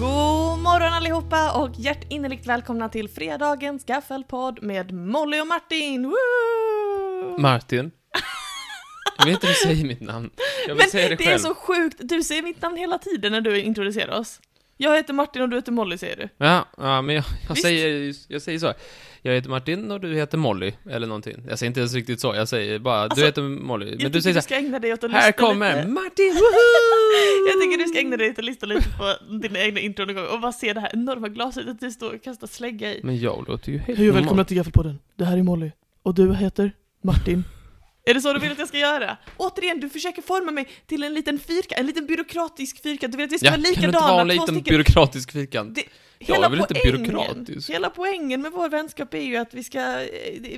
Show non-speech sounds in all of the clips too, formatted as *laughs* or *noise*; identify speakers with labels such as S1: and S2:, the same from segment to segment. S1: God morgon allihopa och hjärtinnerligt välkomna till fredagens gaffelpodd med Molly och Martin! Woo!
S2: Martin. Jag vill inte du säger mitt namn. Jag vill
S1: Men
S2: säga det,
S1: det
S2: själv.
S1: är så sjukt, du säger mitt namn hela tiden när du introducerar oss. Jag heter Martin och du heter Molly säger du.
S2: Ja, ja, men jag, jag,
S1: Visst.
S2: säger, ju- jag säger så. Jag heter Martin och du heter Molly, eller någonting. Jag säger inte ens riktigt så, jag säger bara
S1: Alltså,
S2: du heter Molly.
S1: jag
S2: Men du
S1: tycker
S2: säger
S1: du ska ägna dig åt att
S2: så här, här
S1: lyssna
S2: kommer
S1: lite. *laughs*
S2: Martin, woohoo!
S1: Jag tycker du ska ägna dig åt att lyssna lite på din egna intro någon gång och bara se det här enorma glaset att du står och kastar slägga i.
S2: Men jag låter ju helt
S1: Hej och
S2: normal.
S1: välkomna till Gaffelpodden. Det här är Molly. Och du heter Martin. är det så du vill att jag ska göra? Återigen, du försöker forma mig till en liten fyrkant, en liten byråkratisk fyrkant. Du vill att vi ska
S2: Ja,
S1: vara
S2: kan du inte
S1: likadana,
S2: vara en
S1: två
S2: liten
S1: stycken.
S2: byråkratisk fyrkant?
S1: Det-
S2: Jag är väl inte byråkratisk?
S1: hela poängen med vår vänskap är ju att vi ska, eh,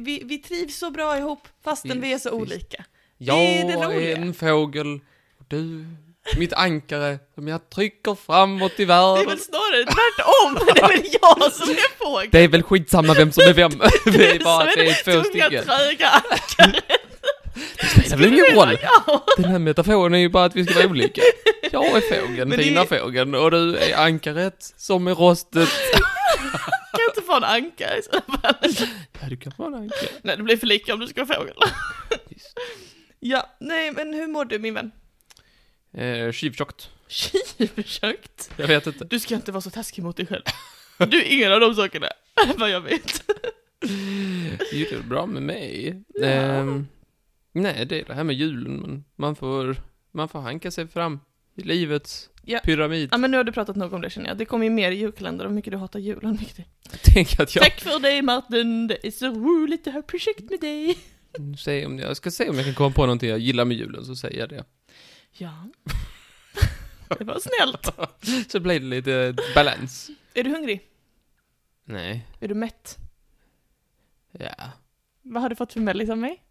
S1: vi, vi trivs så bra ihop fastän vi är så
S2: Visst, visst.
S1: olika.
S2: Jag
S1: är det
S2: är
S1: roliga.
S2: en fågel, och du, mitt ankare, som jag trycker framåt i världen.
S1: Det är väl snarare tvärtom, *laughs* det är väl jag som är fågeln.
S2: Det är väl skitsamma vem som är
S1: *laughs*
S2: vem. Det är bara att det är två
S1: tunga,
S2: stycken.
S1: tröga
S2: Det spelar väl ingen
S1: *laughs*
S2: roll.
S1: Ja.
S2: Den här metaforen är ju bara att vi ska vara olika. Jag är fågeln,
S1: Men det är-
S2: Tina fågeln och du är ankaret som är rostet.
S1: Kan jag inte få en anka i så fall? *laughs*
S2: Ja, du kan vara en ankare.
S1: Nej, det blir för lika om du ska vara fågel.
S2: Visst.
S1: *laughs* ja, nej, men hur mår du min vän?
S2: Eh, Tjuvtjockt.
S1: Tjuvkökt?
S2: Jag vet inte.
S1: Du ska inte vara så taskig mot dig själv. Du är ingen av de sakerna, *laughs* vad jag vet.
S2: Jo, det är bra med mig.
S1: Ja.
S2: Ehm, nej, det är det här med julen. Men man får, man får hanka sig fram i livets
S1: Ja.
S2: pyramid.
S1: Ja, men nu har du pratat nog om det känner jag. Det kommer ju mer i julkalendern om mycket du hatar julen, Viktor.
S2: Tänk att jag...
S1: Tack för dig Martin, det är så roligt att ha projekt med dig.
S2: Säg om jag, jag ska se om jag kan komma på någonting jag gillar med julen, så säger jag det.
S1: Ja. *laughs* Det var snällt.
S2: *laughs* Så blir det lite balans.
S1: Är du hungrig?
S2: Nej.
S1: Är du mätt?
S2: Ja.
S1: Vad har du fått för mellis av mig?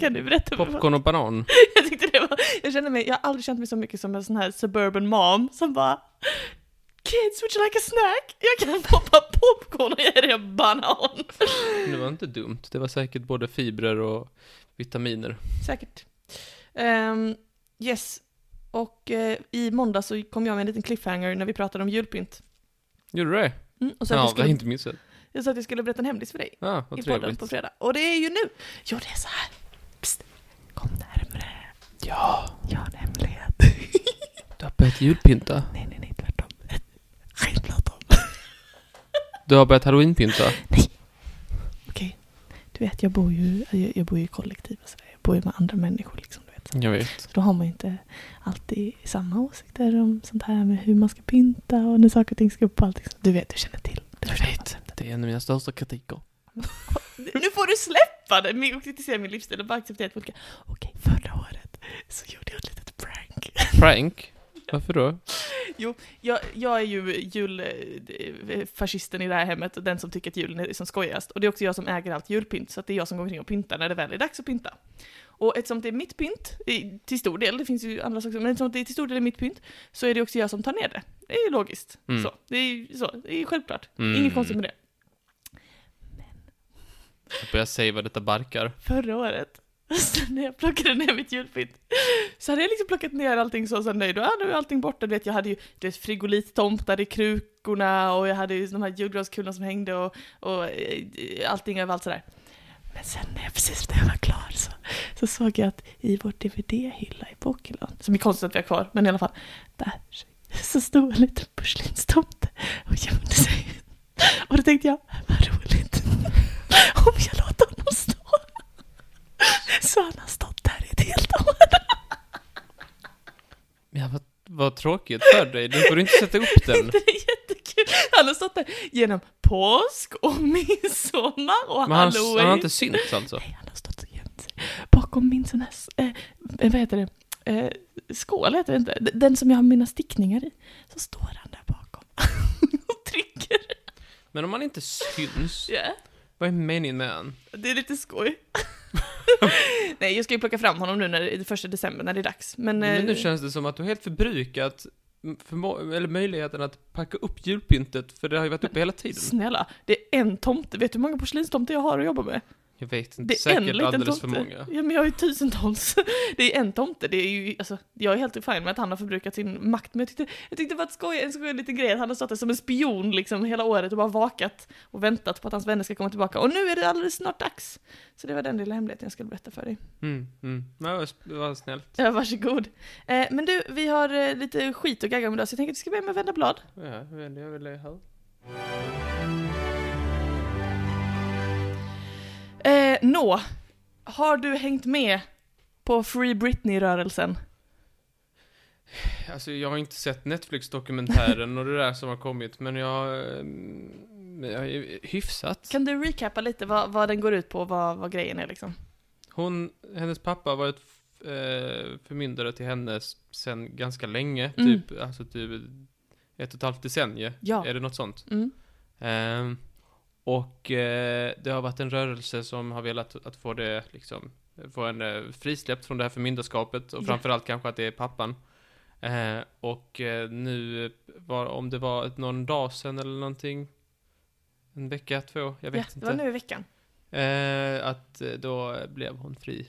S1: Kan du berätta? vad-
S2: Popcorn och banan.
S1: *laughs* Jag tyckte det var, jag kände mig, jag har aldrig känt mig så mycket som en sån här suburban mom som bara Kids, would you like a snack? Jag kan *laughs* poppa popcorn och ge dig en banan.
S2: Det var inte dumt. Det var säkert både fibrer och vitaminer.
S1: Säkert. Ehm, yes. Och eh, i måndag så kom jag med en liten cliffhanger när vi pratade om julpynt.
S2: Gjorde du det?
S1: Mm, och så att jag,
S2: Ja, det har
S1: skulle,
S2: jag inte missat.
S1: jag sa att jag skulle berätta en hemlis för dig
S2: Ja,
S1: i
S2: vad
S1: podden
S2: trevligt.
S1: på fredag. Och det är ju nu. Jo, det är så här. Psst, kom närmre. Ja. Jag har en
S2: *laughs*
S1: hemlighet.
S2: Du har börjat julpynta.
S1: Nej, nej, nej, tvärtom. Rent tvärtom.
S2: Du har börjat halloweenpynta.
S1: Okej. Du vet, jag bor ju, jag, jag bor ju i kollektiv och sådär. Jag bor ju med andra människor liksom. Du vet.
S2: Jag vet.
S1: Så då har man ju inte alltid samma åsikter om sånt här med hur man ska pynta och när saker och ting ska upp och allting. sånt. Du vet, du känner till. Du
S2: Jag vet. Det är en av mina största kritiker.
S1: Nu får du släppa det med- och kritisera min livsstil och bara acceptera att folk kan- Okej, förra året så gjorde jag ett litet prank.
S2: Frank? Varför då?
S1: Jag, jag är ju julfascisten i det här hemmet, den som tycker att julen är som skojigast. Och det är också jag som äger allt julpynt, så att det är jag som går omkring och pyntar när det väl är dags att pynta. Och eftersom det är mitt pynt, i- till stor del, det finns ju andra saker, men eftersom det är till stor del är mitt pynt, så är det också jag som tar ner det. Det är ju logiskt.
S2: Mm.
S1: Så. Det är ju så, det är ju självklart.
S2: Mm.
S1: Inget konstigt med det.
S2: Jag börjar säga vad detta barkar.
S1: Förra året, *laughs* så när jag plockade ner mitt julpynt, så hade jag liksom plockat ner allting så, så nöjd och ja, nu är allting borta. Du vet, jag hade ju du vet, frigolittomtar i krukorna och jag hade ju de här julgranskulorna som hängde och, och eh, allting överallt sådär. Men sen när jag precis när jag var klar så, så såg jag att i vår DVD-hylla i bokhyllan, som är konstigt att vi har kvar, men i alla fall, där så stod en liten porslinstomte och gömde sig. Och då tänkte jag, vad roligt om jag låter honom stå. *laughs* Så han har stått där i ett helt år.
S2: Ja, vad, vad tråkigt för dig. Nu får du inte sätta upp
S1: *laughs*
S2: den.
S1: Det är jättekul. Han har stått där genom påsk och *laughs* midsommar och
S2: Men han,
S1: halloween.
S2: han har inte synts alltså?
S1: Nej, han har stått och gömt sig bakom min sån här, s- eh, eh, vad heter det, eh, skål heter det inte, D- den som jag har mina stickningar i. Så står han där bakom *laughs* och trycker.
S2: Men om han inte syns,
S1: Ja,
S2: vad är meningen med han?
S1: Det är lite
S2: *laughs*
S1: skoj. Nej, jag ska ju plocka fram honom nu när det är första december när det är dags. Men,
S2: Men nu
S1: eh,
S2: känns det som att du har helt förbrukat m- förmå- eller möjligheten att packa upp julpyntet, för det har ju varit uppe hela tiden.
S1: Snälla, det är en tomte. Vet du hur många porslinstomter jag har att jobba med?
S2: Jag vet inte,
S1: Det är en
S2: säkert
S1: liten
S2: alldeles för
S1: tomte.
S2: många.
S1: Ja men jag har ju tusentals. *laughs* Det är en tomte, det är ju, alltså, jag är helt fine med att han har förbrukat sin makt. Men jag tyckte, jag tyckte det var ett skoj, en skoj liten grej att han har stått där som en spion liksom hela året och bara vakat och väntat på att hans vänner ska komma tillbaka. Och nu är det alldeles snart dags. Så det var den lilla hemligheten jag skulle berätta för dig. *laughs*
S2: Mm, mm. Ja, vad- vad snällt.
S1: Ja, varsågod. Eh, men du, vi har eh, lite skit att gagga med idag så jag tänker att vi ska börja med att vända blad.
S2: Ja, jag vill, jag vill höra.
S1: Eh, Nå, har du hängt med på Free Britney-rörelsen?
S2: Alltså jag har inte sett Netflix-dokumentären och det där som har kommit, men jag... eh, jag är hyfsat.
S1: Kan du recappa lite vad, vad den går ut på och vad, vad grejen är liksom?
S2: Hon, hennes pappa var ett eh, förmyndare till henne s- sen ganska länge,
S1: Mm.
S2: typ, alltså typ ett och ett halvt decennium.
S1: Ja.
S2: Är det något sånt?
S1: Mm.
S2: Ehm, och eh, det har varit en rörelse som har velat att få det liksom, få henne frisläppt från det här förmyndarskapet och
S1: Ja.
S2: framförallt kanske att det är pappan. Eh, och eh, nu, var, om det var ett- någon dag sedan eller någonting, en vecka, två, jag vet
S1: ja,
S2: inte.
S1: Det var nu i
S2: *gasps*
S1: veckan.
S2: Eh, att eh, då blev hon fri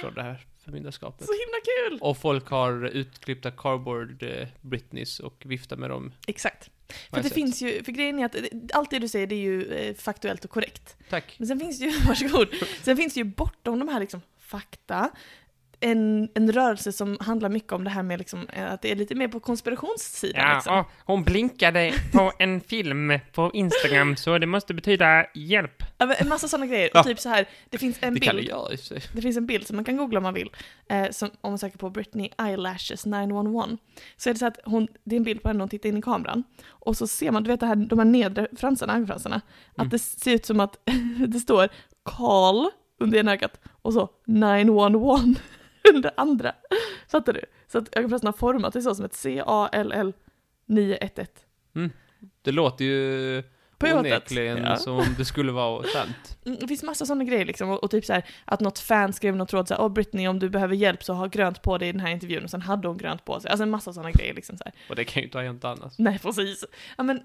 S2: från det här
S1: *gasps*
S2: förmyndarskapet.
S1: Så himla kul!
S2: Och folk har utklippta cardboard eh, Britneys och viftar med dem.
S1: Exakt.
S2: har
S1: För
S2: jag
S1: det
S2: sett.
S1: finns ju, för grejen är att det- allt det du säger det är ju eh, faktuellt och korrekt.
S2: Tack.
S1: Men sen finns det ju, *laughs* varsågod, sen finns det ju bortom de här liksom fakta, en, en rörelse som handlar mycket om det här med liksom, eh, att det är lite mer på konspirationssidan liksom.
S3: Ja, och hon blinkade på en film på Instagram, så det måste betyda hjälp.
S1: Ja, men En massa sådana grejer.
S2: Ja.
S1: Och typ så här, det finns en
S2: Det
S1: bild.
S2: kan det göra i och för sig.
S1: Det finns en bild som man kan googla om man vill, eh, som, om man söker på Britney Eyelashes 911. Så är det så att hon, det är en bild på henne när hon tittar in i kameran. Och så ser man, du vet det här, de här nedre fransarna, ögonfransarna,
S2: Mm.
S1: att det ser ut som att *laughs* det står Carl under ena ögat och så 911 *laughs* under andra. Fattar du? Så att ögonfransarna har format det så som ett C-A-L-L 911.
S2: Det låter ju
S1: På ögat.
S2: onekligen
S1: Ja.
S2: som om det skulle vara sant.
S1: Mm, Det finns massa sådana grejer liksom, och, och typ så här att något fan skrev någon tråd såhär, åh Britney om du behöver hjälp så ha grönt på dig i den här intervjun, och sen hade hon grönt på sig. Alltså en massa sådana grejer liksom så här. *laughs*
S2: Och det kan ju inte ha hänt annars.
S1: Nej precis. Ja men,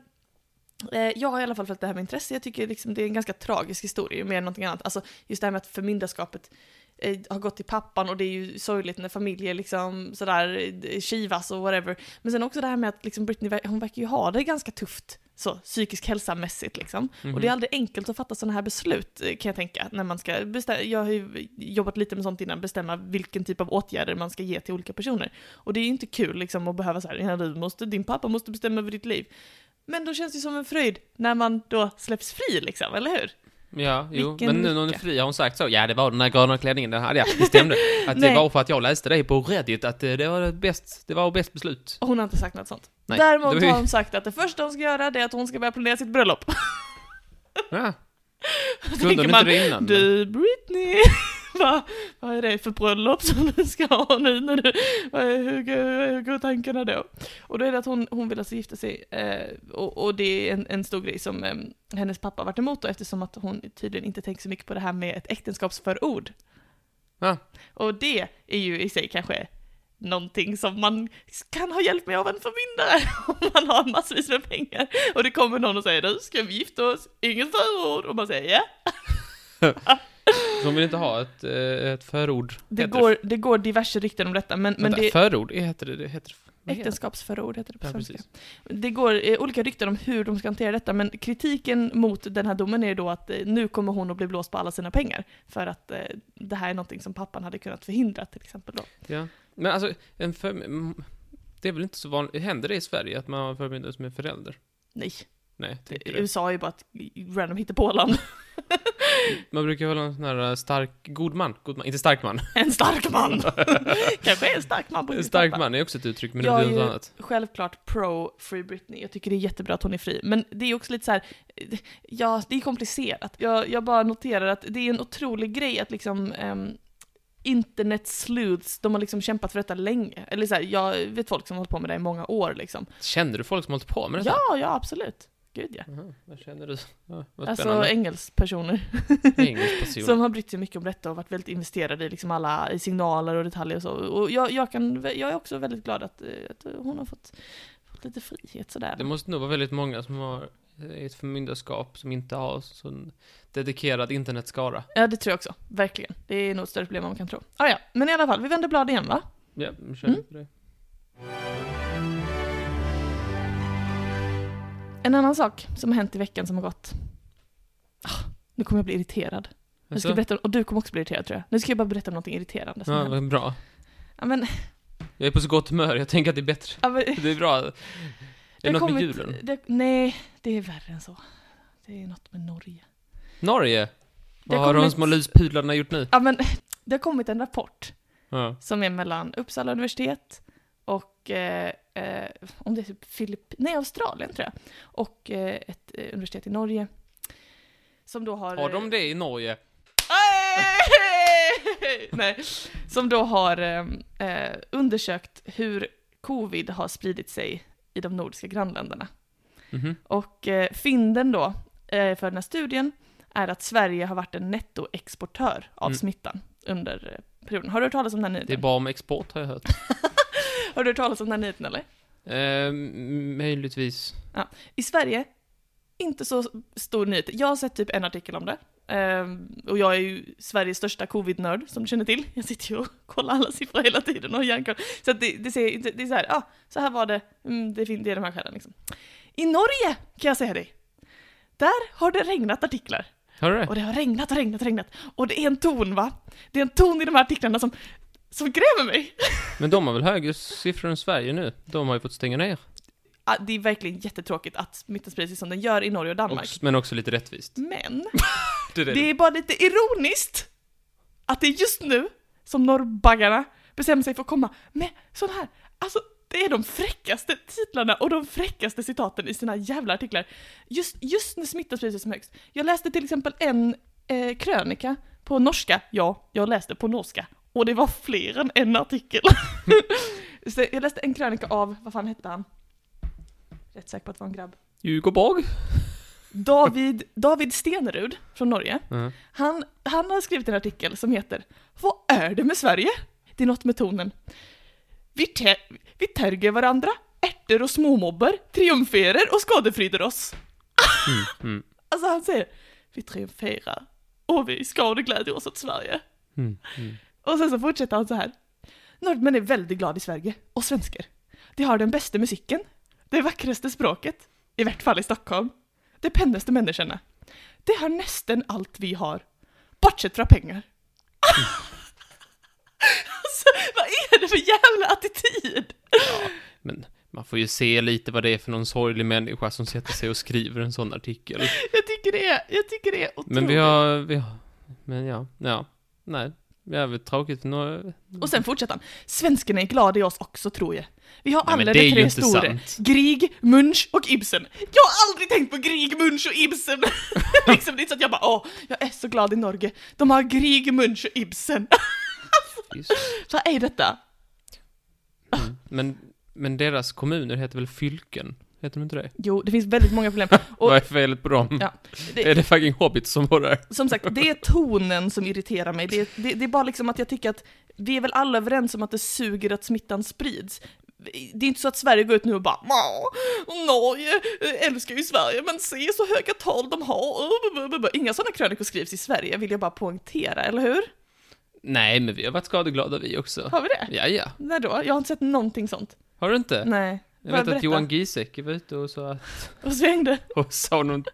S1: eh, jag har i alla fall fått det här med intresse, jag tycker liksom det är en ganska tragisk historia, mer än någonting annat. Alltså just det här med att förmyndarskapet eh, har gått till pappan och det är ju sorgligt när familjer liksom sådär eh, kivas och whatever. Men sen också det här med att liksom Britney, ver- hon verkar ju ha det ganska tufft. Så, psykisk hälsa-mässigt liksom.
S2: Mhm.
S1: Och det är aldrig enkelt att fatta sådana här beslut eh, kan jag tänka. När man ska bestämma, jag har ju jobbat lite med sånt innan, bestämma vilken typ av åtgärder man ska ge till olika personer. Och det är ju inte kul liksom att behöva så här, "Ja, du måste, din pappa måste bestämma över ditt liv. Men då känns det ju som en fröjd när man då släpps fri liksom, eller hur?
S2: Ja, jo.
S1: Vilken
S2: Men nu när hon är
S1: lycka.
S2: fri, har hon sagt så? Ja, det var den där gröna klänningen, den hade jag. Det stämde.
S1: *laughs*
S2: Att det
S1: Nej.
S2: var för att jag läste dig på Reddit, att eh, det var det bäst, det var bäst beslut.
S1: Och hon har inte sagt något sånt.
S2: Nej,
S1: Däremot
S2: det var ju-
S1: har hon sagt att det första hon ska göra det är att hon ska börja planera sitt bröllop.
S2: *laughs* Ja. Kunde
S1: tänker
S2: hon inte
S1: man,
S2: det innan?
S1: Du Britney, *laughs* vad, vad är det för bröllop som du ska ha nu? När du, vad är, hur, går- hur går tankarna då? Och då är det att hon, hon vill alltså gifta sig eh, och, och det är en, en stor grej som eh, hennes pappa varit emot då, eftersom att hon tydligen inte tänker så mycket på det här med ett äktenskapsförord.
S2: Ja.
S1: Och det är ju i sig kanske någonting som man kan ha hjälp med av en förmyndare *laughs* om man har massvis med pengar. Och det kommer någon och säger du, ska vi gifta oss? Inget förord! Och man säger ja.
S2: Så hon vill inte ha ett, eh, ett förord.
S1: Det
S2: Heter
S1: går, det går diverse rykten om detta, men, men
S2: Vänta,
S1: det är
S2: förord? Heter det det? Heter det? vad heter det?
S1: äktenskapsförord heter det på
S2: Ja,
S1: svenska.
S2: precis.
S1: Det går eh, olika rykten om hur de ska hantera detta, men kritiken mot den här domen är ju då att eh, nu kommer hon att bli blåst på alla sina pengar, för att eh, det här är någonting som pappan hade kunnat förhindra till exempel då.
S2: Ja. Men alltså, en för... mm, det är väl inte så vanligt, händer det i Sverige att man har en förmyndare som är förälder?
S1: Nej,
S2: Nej, tänker du.
S1: USA är ju bara ett random hittepåland.
S2: Man brukar väl ha en sån här eh, stark, god man, god man, inte stark man.
S1: En stark
S2: *laughs*
S1: man! Kanske en stark man på
S2: En
S1: Guds
S2: stark
S1: pappa.
S2: man är också ett uttryck, men det
S1: Jag
S2: betyder
S1: är
S2: något
S1: ju-
S2: annat.
S1: självklart pro Free Britney. Jag tycker det är jättebra att hon är fri. Men det är också lite så här, eh, ja, det är komplicerat. Jag, jag bara noterar att det är en otrolig grej att liksom ehm, internet sleuths, de har liksom kämpat för detta länge. Eller så här, jag vet folk som har hållit på med det i många år liksom.
S2: Känner du folk som hållit på med detta?
S1: Ja, ja absolut. Gud ja.
S2: Jaha, vad känner du? Ja, vad
S1: Alltså
S2: spännande.
S1: engelspersoner
S2: Engelsk
S1: *laughs*
S2: person.
S1: som har brytt sig mycket om detta och varit väldigt investerade i liksom alla i signaler och detaljer och så. Och jag, jag, kan, jag är också väldigt glad att, eh, att hon har fått, fått lite frihet sådär.
S2: Det måste nog vara väldigt många som har i ett förmyndarskap som inte har så en dedikerad internetskara.
S1: Ja, det tror jag också. Verkligen. Det är nog ett större problem än man kan tro. Ah, ja, men i alla fall, vi vänder blad igen va?
S2: Ja, vi kör
S1: Mm.
S2: på det.
S1: En annan sak som har hänt i veckan som har gått. Ah, nu kommer jag bli irriterad. Nu ska jag berätta, och du kommer också bli irriterad tror jag. Nu ska jag bara berätta om någonting irriterande som
S2: Alltså? Ja,
S1: hände.
S2: vad bra.
S1: ja, men,
S2: Jag är på så gott humör, jag tänker att det är bättre.
S1: ja, men,
S2: Det är bra. Är det
S1: har
S2: något med
S1: kommit-
S2: julen?
S1: Det, nej, det är värre än så. Det är något med Norge.
S2: Norge?
S1: Det
S2: Vad
S1: har
S2: har de
S1: kommit-
S2: små luspudlarna gjort nu?
S1: Ja, men, det har kommit en rapport
S2: Ja.
S1: som är mellan Uppsala universitet och, eh, eh, om det är typ Filipp, nej Australien tror jag, och eh, ett eh, universitet i Norge. Som då har... eh,
S2: Har de det i Norge?
S1: Ej! *laughs* nej, som då har eh, eh, undersökt hur covid har spridit sig i de nordiska grannländerna.
S2: Mhm.
S1: Och eh, fynden då eh, för den här studien är att Sverige har varit en nettoexportör av
S2: Mm.
S1: smittan under eh, perioden. Har du hört talas om den här
S2: Det är
S1: nyheten?
S2: bra med export har jag hört.
S1: Har du hört talas om den här nyheten eller?
S2: Eh, m- möjligtvis.
S1: I Sverige, inte så stor nyhet. Jag har sett typ en artikel om det. Ehm, och jag är ju Sveriges största covid-nörd, som du känner till. Jag sitter ju och kollar alla siffror hela tiden och har hjärnkoll. Så att det, det, ser, inte- det är så här, ah, så här var det, mm, det, fin- det är de här skälen liksom. I Norge, kan jag säga dig, där har det regnat artiklar.
S2: Har du det?
S1: Och det har regnat och regnat och regnat. Och det är en ton va? Det är en ton i de här artiklarna som, som gräver mig.
S2: Men de har väl högre siffror än Sverige nu? De har ju fått stänga ner.
S1: Ah, det är verkligen jättetråkigt att smitten sprider sig som den gör i Norge och Danmark.
S2: Också, men också lite rättvist.
S1: Men
S2: Det är det.
S1: Det är bara lite ironiskt att det är just nu som norrbaggarna bestämmer sig för att komma med sån här, alltså det är de fräckaste titlarna och de fräckaste citaten i sina jävla artiklar. Just, just när smittan sprider sig som högst. Jag läste till exempel en eh, krönika på norska, ja, jag läste på norska. Och det var fler än en artikel. Så jag läste en krönika av, vad fan hette han? Rätt säker på att det var en grabb.
S2: Djurgårdsborg?
S1: David, David Stenerud från Norge.
S2: Ja. Mm,
S1: Han, han har skrivit en artikel som heter Vad är det med Sverige? Det är något med tonen. Vi, ter, vi terger varandra, ärtor och småmobbar, triumferer och skadefrider oss.
S2: Mm.
S1: Alltså han säger, vi triumferar och vi skadeglädjer oss åt Sverige.
S2: Mm. Mm.
S1: Och sen så fortsätter han så här. Nordmän är väldigt glad i Sverige, och svenskar. De har den bästa musiken, det vackraste språket, i vart fall i Stockholm. De pennaste människorna. De har nästan allt vi har, bortsett från pengar. *laughs* alltså, vad är det för jävla attityd?
S2: Men man får ju se lite vad det är för någon sorglig människa som sätter sig och skriver en sån artikel.
S1: Jag tycker det är, jag tycker det är otroligt.
S2: Men vi har, vi har, men ja, ja, nej, jävligt tråkigt för några, nej,
S1: Och sen fortsätter han. Svenskarna är glada i oss också, tror jag. Vi har alla
S2: men
S1: de tre
S2: inte
S1: stora.
S2: sant.
S1: Grieg, Munch och Ibsen. Jag har aldrig tänkt på Grieg, Munch och Ibsen. *laughs* liksom, det är inte så att jag bara åh, jag är så glad i Norge. De har Grieg, Munch och Ibsen. *laughs*
S2: Just.
S1: Vad är detta?
S2: Mm. Men, men deras kommuner heter väl fylken? Heter de inte det?
S1: Jo, det finns väldigt många problem. Och-
S2: Vad är felet på dem?
S1: Ja, det-
S2: Är det fucking hobbits som bor där?
S1: Som sagt, det är tonen som irriterar mig. Det, det, det är bara liksom att jag tycker att vi är väl alla överens om att det suger att smittan sprids. Det är inte så att Sverige går ut nu och bara "Mja, Norge eh, älskar ju Sverige men se så höga tal de har. Uh, bu, bu, bu." Inga sådana krönikor skrivs i Sverige vill jag bara poängtera, eller hur?
S2: Nej, men vi har varit skadeglada vi också.
S1: Har vi det?
S2: Ja, ja.
S1: När då? Jag har inte sett någonting sånt.
S2: Har du inte?
S1: Nej.
S2: Jag
S1: Bara
S2: vet
S1: berätta.
S2: att Johan Giesecke var ute och sa *laughs* att
S1: Och svängde.
S2: och
S1: *laughs*
S2: sa något.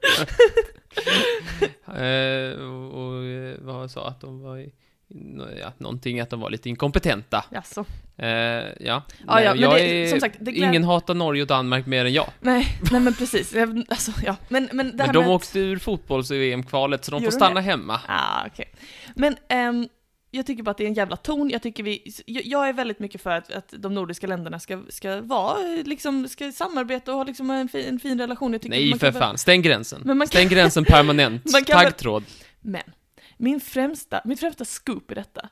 S2: eh, och, och eh, vad sa att de var i, nå- ja, någonting att de var lite inkompetenta.
S1: Jaså.
S2: Eh, ja.
S1: Ja, ja, men
S2: jag
S1: det- som sagt, det glä-
S2: ingen hatar Norge och Danmark mer än jag.
S1: Nej, nej men precis. Jag- Alltså, ja. Men, men det här
S2: Men de
S1: med...
S2: åkte ur fotbolls-EM-kvalet så de
S1: Gör
S2: får
S1: de
S2: stanna hemma.
S1: Ah, okej. Men ehm, jag tycker bara att det är en jävla ton. Jag, tycker vi, jag, jag är väldigt mycket för att, att de nordiska länderna ska, ska vara, eh, liksom, ska samarbeta och ha liksom en, fin, en fin relation. Jag tycker
S2: Nej
S1: man
S2: för
S1: kan-
S2: fan, stäng gränsen.
S1: Men man kan-
S2: Stäng gränsen permanent.
S1: Man kan väl-
S2: Taggtråd.
S1: Men, min främsta, mitt främsta scoop i detta,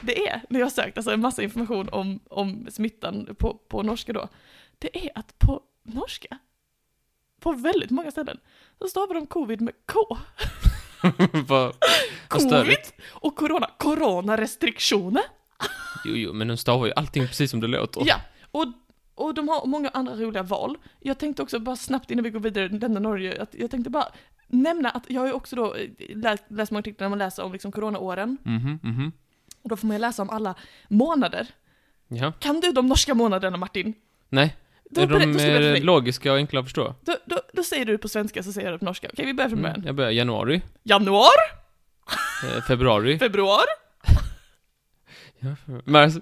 S1: det är, när jag har sökt alltså, en massa information om, om smittan på, på norska då, det är att på norska, på väldigt många ställen, så stavar de covid med K.
S2: *laughs* Vad vad
S1: Covid
S2: störigt.
S1: och corona, coronarestriktioner.
S2: Jo, jo, men de stavar ju allting precis som det låter.
S1: Ja, och Och de har många andra roliga val. Jag tänkte också bara snabbt innan vi går vidare, denna Norge, att jag tänkte bara nämna att jag har ju också då eh, läst, läst många artiklar när man läser om liksom coronaåren.
S2: Mhm, mhm.
S1: Och då får man ju läsa om alla månader.
S2: Ja.
S1: Kan du de norska månaderna Martin?
S2: Nej,
S1: Då,
S2: är
S1: berä- då,
S2: de eh,
S1: ska jag berätta för
S2: är
S1: dig.
S2: logiska och enkla att förstå?
S1: då, då, då säger du på svenska så säger jag det på norska. Okej, vi börjar från början.
S2: Mm. Jag börjar januari, *laughs*
S1: Januari,
S2: eh, februari,
S1: februari,
S2: ja, fe- mars,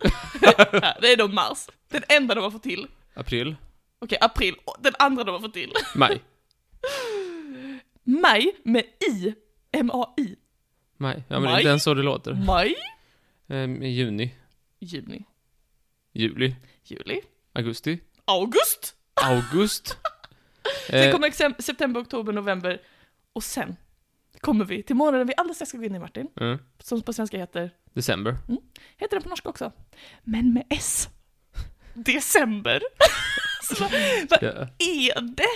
S1: ja, det är då mars. Den enda de har fått till.
S2: april,
S1: Okej, april, och den andra de har fått till. *laughs*
S2: maj.
S1: Maj med i, M-A-I.
S2: Maj. Ja, men det är
S1: Maj?
S2: inte ens så det låter.
S1: Maj,
S2: Eh, juni,
S1: juni,
S2: juli,
S1: juli,
S2: augusti,
S1: august.
S2: august.
S1: *laughs* Sen
S2: Eh,
S1: kommer exem- september, oktober, november och sen kommer vi till månaden vi alldeles strax ska gå in i Martin,
S2: mm.
S1: som på svenska heter,
S2: December.
S1: heter den på norska också, men med S. December. *laughs* Så vad- vad
S2: Ja.
S1: är det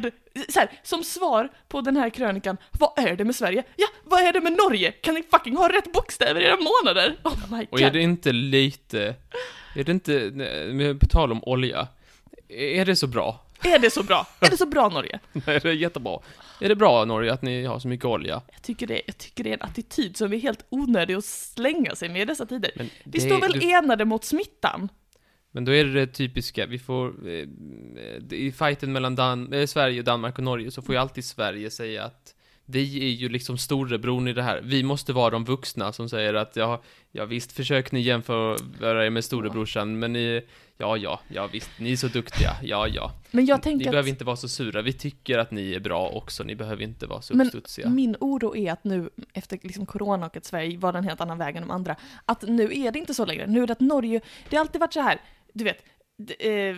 S1: med, så här, som svar på den här krönikan, vad är det med Sverige? Ja, vad är det med Norge? Kan ni fucking ha rätt bokstäver i era månader? Oh my god.
S2: Och är det inte lite, är det inte, nej, men på tal om olja, är det så bra? *laughs*
S1: Är det så bra? Är det så bra Norge?
S2: Nej, det är jättebra. Är det bra Norge att ni har så mycket olja?
S1: Jag tycker det, jag tycker det är en attityd som är helt onödig att slänga sig med i dessa tider.
S2: Men
S1: Vi står väl
S2: du,
S1: enade mot smittan?
S2: Men då är det det typiska, vi får, eh, eh, i fighten mellan Dan, eh, Sverige, Danmark och Norge så får ju
S1: Mm.
S2: alltid Sverige säga att vi är ju liksom storebror i det här. Vi måste vara de vuxna som säger att ja, ja visst försök ni jämföra er med storebrorsan, men ni, ja, ja, ja visst, ni är så duktiga, ja, ja.
S1: Men jag
S2: ni
S1: tänker att
S2: behöver inte vara så sura, vi tycker att ni är bra också, ni behöver inte vara så
S1: Men
S2: uppstudsiga.
S1: min oro är att nu, efter liksom corona och att Sverige var en helt annan väg än de andra, att nu är det inte så längre. Nu är det att Norge, det har alltid varit så här, du vet, d- eh,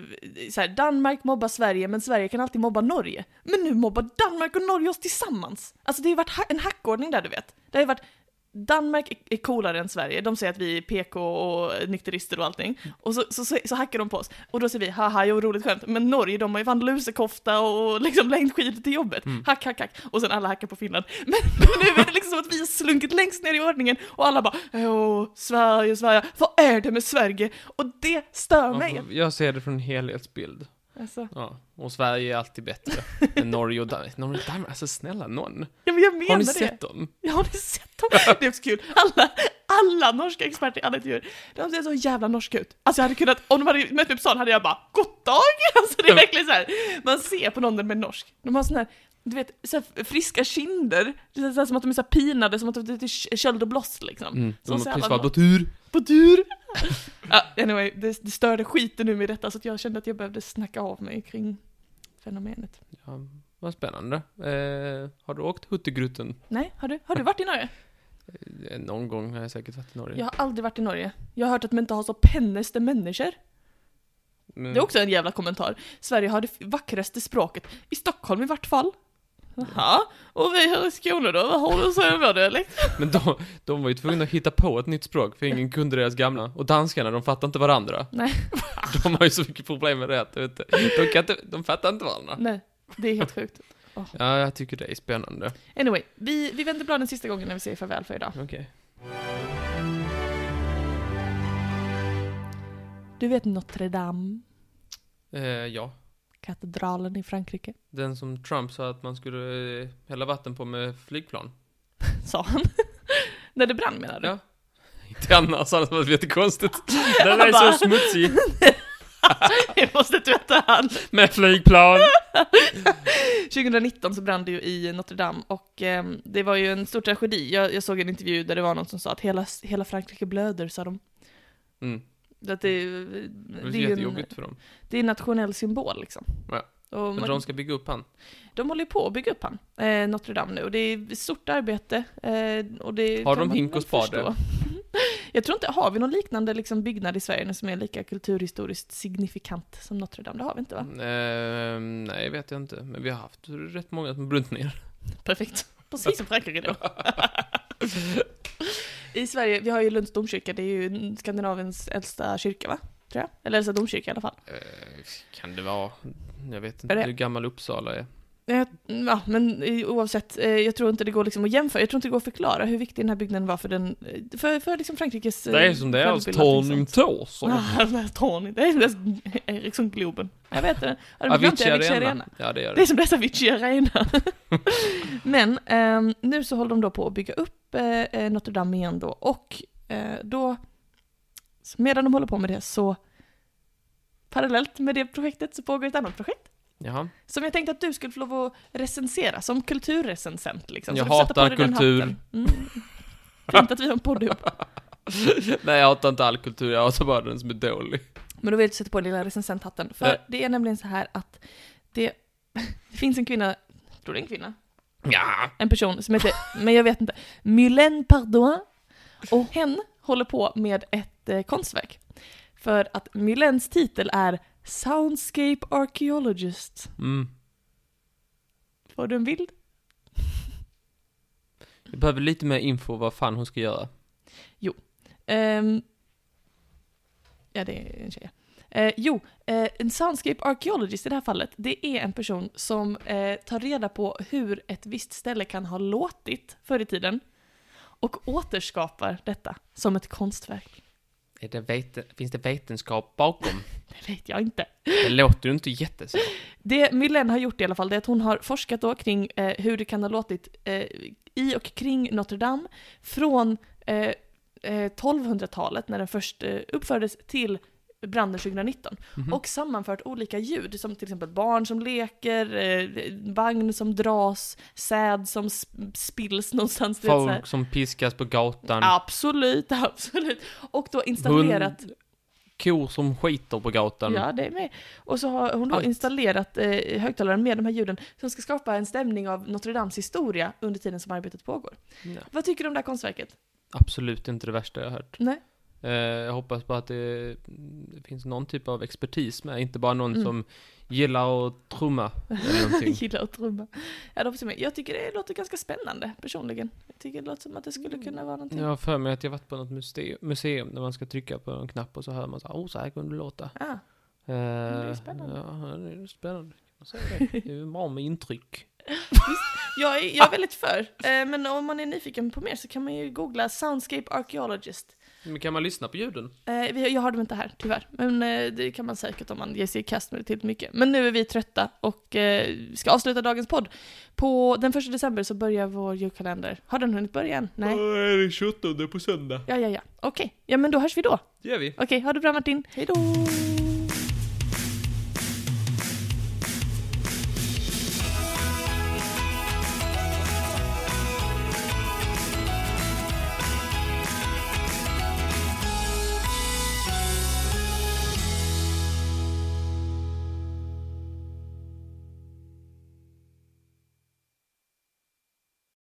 S1: så här, Danmark mobbar Sverige, men Sverige kan alltid mobba Norge. Men nu mobbar Danmark och Norge oss tillsammans. Alltså det har ju varit ha- en hackordning där, du vet. Det har ju varit Danmark är- är coolare än Sverige, de säger att vi är PK och nykterister och allting.
S2: Mm.
S1: Och så, så, så, så hackar de på oss. Och då säger vi haha, jo roligt skämt. Men Norge, de har ju fan lusekofta och liksom längdskidor till jobbet.
S2: Mm.
S1: Hack, hack, hack. Och sen alla hackar på Finland. *laughs* Men nu är det liksom som att vi har slunkit längst ner i ordningen och alla bara åh, Sverige, Sverige, vad är det med Sverige? Och det stör mig.
S2: Ja, Jag ser det från en helhetsbild.
S1: Alltså,
S2: Ja. Och Sverige är
S1: *laughs*
S2: alltid bättre än Norge och Danmark. Norge och Danmark, alltså snälla någon.
S1: ja, men jag menar
S2: Har ni
S1: det.
S2: sett dem?
S1: Ja, har ni sett dem? Det är så kul. Alla, alla norska experter i alla intervjuer, de ser så jävla norska ut. Alltså jag hade kunnat, om de hade mött mig på stan hade jag bara God dag! Alltså det är verkligen så här. man ser på någon med norsk. De har sån här, du vet, så här friska kinder. Det är så här som att de är så här pinade, som att de har varit ute i köld och blåst liksom.
S2: Mm.
S1: Så
S2: De
S1: så
S2: har precis
S1: jävla-
S2: varit på tur.
S1: På tur! ja, anyway, det, det störde skiten nu med detta så att jag kände att jag behövde snacka av mig kring fenomenet.
S2: Ja, vad spännande. Eh, har du åkt Huttegruten?
S1: Nej, har du, har du varit i Norge?
S2: Eh, Någon gång har jag säkert varit i Norge.
S1: Jag har aldrig varit i Norge. Jag har hört att man inte har så pennaste människor.
S2: Men,
S1: Det är också en jävla kommentar. Sverige har det f- vackraste språket. I Stockholm i vart fall. Jaha, och vi här i Skåne då, vad har du att säga om vår dialekt?
S2: *laughs* men de, de var ju tvungna att hitta på ett nytt språk, för ingen kunde deras gamla. Och danskarna, de fattar inte varandra.
S1: Nej.
S2: *laughs* De har ju så mycket problem med det att, vet du. de, kan inte, de fattar inte varandra.
S1: *laughs* Nej, det är helt sjukt.
S2: Ja, jag tycker det är spännande.
S1: Anyway, vi, vi vänder bladen sista gången när vi säger farväl för idag.
S2: Okej.
S1: Du vet Notre Dame,
S2: Eh, ja.
S1: katedralen i Frankrike?
S2: Den som Trump sa att man skulle eh, hälla vatten på med flygplan.
S1: *laughs*
S2: *laughs*
S1: Sa han. *laughs* När det brann menar du?
S2: Ja. Inte annars, annars var det jättekonstigt.
S3: Den är så smutsig
S1: *laughs* Jag måste tvätta han.
S3: med flygplan.
S1: *laughs* 2019 så brann det ju i Notre Dame och ehm, det var ju en stor tragedi. Jag, jag såg en intervju där det var någon som sa att hela, hela Frankrike blöder, sa de.
S2: Mm.
S1: Att det,
S2: Det
S1: det,
S2: var
S1: är ju en,
S2: jättejobbigt för dem.
S1: det är en nationell symbol liksom.
S2: Ja.
S1: Och
S2: Men
S1: man,
S2: de
S1: de...
S2: ska bygga upp han.
S1: håller ju på att bygga upp han, eh, Notre Dame nu, och det är ett stort arbete. Eh, och det
S2: Har
S1: kan
S2: de
S1: man
S2: hink och
S1: väl
S2: spade?
S1: förstå. *laughs* Jag tror inte, har vi någon liknande liksom, byggnad i Sverige nu som är lika kulturhistoriskt signifikant som Notre Dame? Det har vi inte va?
S2: Eh, nej, vet jag inte. Men vi har haft rätt många som brunt ner.
S1: *laughs* Perfekt. Precis som Frankrike då. *laughs* I Sverige, vi har ju Lunds domkyrka, det är ju Skandinaviens äldsta kyrka va? Tror jag. Eller äldsta domkyrka i alla fall.
S2: Eh, kan det vara? Jag vet
S1: Är
S2: inte
S1: det-
S2: hur gammal Uppsala är.
S1: Eh, Ja, men eh, oavsett, eh, jag tror inte det går liksom att jämföra, jag tror inte det går att förklara hur viktig den här byggnaden var för den, eh, för, för liksom Frankrikes... eh,
S2: Det är som det är, alltså.
S1: självbild och allting sånt.
S2: Tornumtåsor.
S1: Ah, *laughs* den här Tony, det är den där Ericsson Globen. Jag vet det. Har de glömt
S2: Avicii
S1: det?
S2: Arena. Ja, det gör
S1: Det är
S2: det.
S1: som dessa Avicii
S2: *laughs*
S1: Arena. Men ehm, nu så håller de då på att bygga upp eh, eh, Notre Dame igen då och eh, då, så medan de håller på med det så parallellt med det projektet så pågår ett annat projekt.
S2: Jaha.
S1: Som jag tänkte att du skulle få lov att recensera, som kulturrecensent liksom. Så
S2: Jag
S1: du får sätta på
S2: hatar
S1: dig den
S2: kultur.
S1: hatten. Mm. Fint att vi har en podd ihop.
S2: Nej, jag hatar inte all kultur, jag hatar bara den som är dålig.
S1: Men då vill jag att du sätter på den lilla recensenthatten. För
S2: Ja.
S1: det är nämligen så här att det, *laughs* det finns en kvinna, jag tror det är en kvinna,
S2: Ja.
S1: en person som heter, men jag vet inte, Mylène Pardouin.
S2: Oh.
S1: Och hen håller på med ett eh, konstverk. För att Mylènes titel är Soundscape Archaeologist.
S2: Mm.
S1: Får du en bild?
S2: Jag behöver lite mer info vad fan hon ska göra.
S1: Ehm, ja, det är en tjej. Eh, jo, eh, en soundscape archaeologist i det här fallet, det är en person som eh, tar reda på hur ett visst ställe kan ha låtit förr i tiden och återskapar detta som ett konstverk.
S2: Är det vete- Finns det vetenskap bakom?
S1: Det vet jag inte.
S2: Det låter ju inte jätteså.
S1: Det Mylène har gjort i alla fall, det är att hon har forskat då kring eh, hur det kan ha låtit eh, i och kring Notre Dame från eh, eh, 1200-talet när den först eh, uppfördes till branden 2019
S2: Mhm.
S1: Mm-hmm. och sammanfört olika ljud som till exempel barn som leker, eh, vagn som dras, säd som sp- spills någonstans. du vet, så här.
S2: Folk som piskas på gatan.
S1: Absolut, *laughs* absolut. Och då installerat
S2: Kor som skiter på gatan.
S1: Ja, det är med. Och så har hon då
S2: Allt.
S1: installerat eh, högtalaren med de här ljuden som ska skapa en stämning av Notre Dames historia under tiden som arbetet pågår.
S2: Ja.
S1: Vad tycker du om det här konstverket?
S2: Absolut inte det värsta jag har hört.
S1: Nej?
S2: Eh, Jag hoppas bara att det det finns någon typ av expertis med, inte bara någon
S1: Mm.
S2: som gillar att trumma eller
S1: *laughs*
S2: någonting.
S1: Gillar att trumma. Ja, det hoppas jag med. Jag tycker det låter ganska spännande personligen. Jag tycker det låter som att det skulle
S2: Mm.
S1: kunna vara någonting.
S2: Jag har för mig att jag varit på något museum, museum där man ska trycka på en knapp och så hör man så här, oh, så här kunde det låta.
S1: Ah,
S2: Det
S1: är spännande.
S2: Ja, det är spännande. Jag säger det. Det är ju bra med intryck.
S1: jag, är, jag är väldigt för. Eh, men om man är nyfiken på mer så kan man ju googla Soundscape Archaeologist.
S2: Men kan man lyssna på ljuden?
S1: Eh, vi- jag har dem inte här, tyvärr. Men eh, det kan man säkert om man ger sig i kast med det till mycket. Men nu är vi trötta och eh, ska avsluta dagens podd. På den första december så börjar vår julkalender. Har den hunnit börja än? Nej.
S2: Är det 28 på söndag?
S1: Ja, ja, ja. Okej. Ja, men då hörs vi då.
S2: Det gör vi.
S1: Okej, ha det bra Martin. Hej då!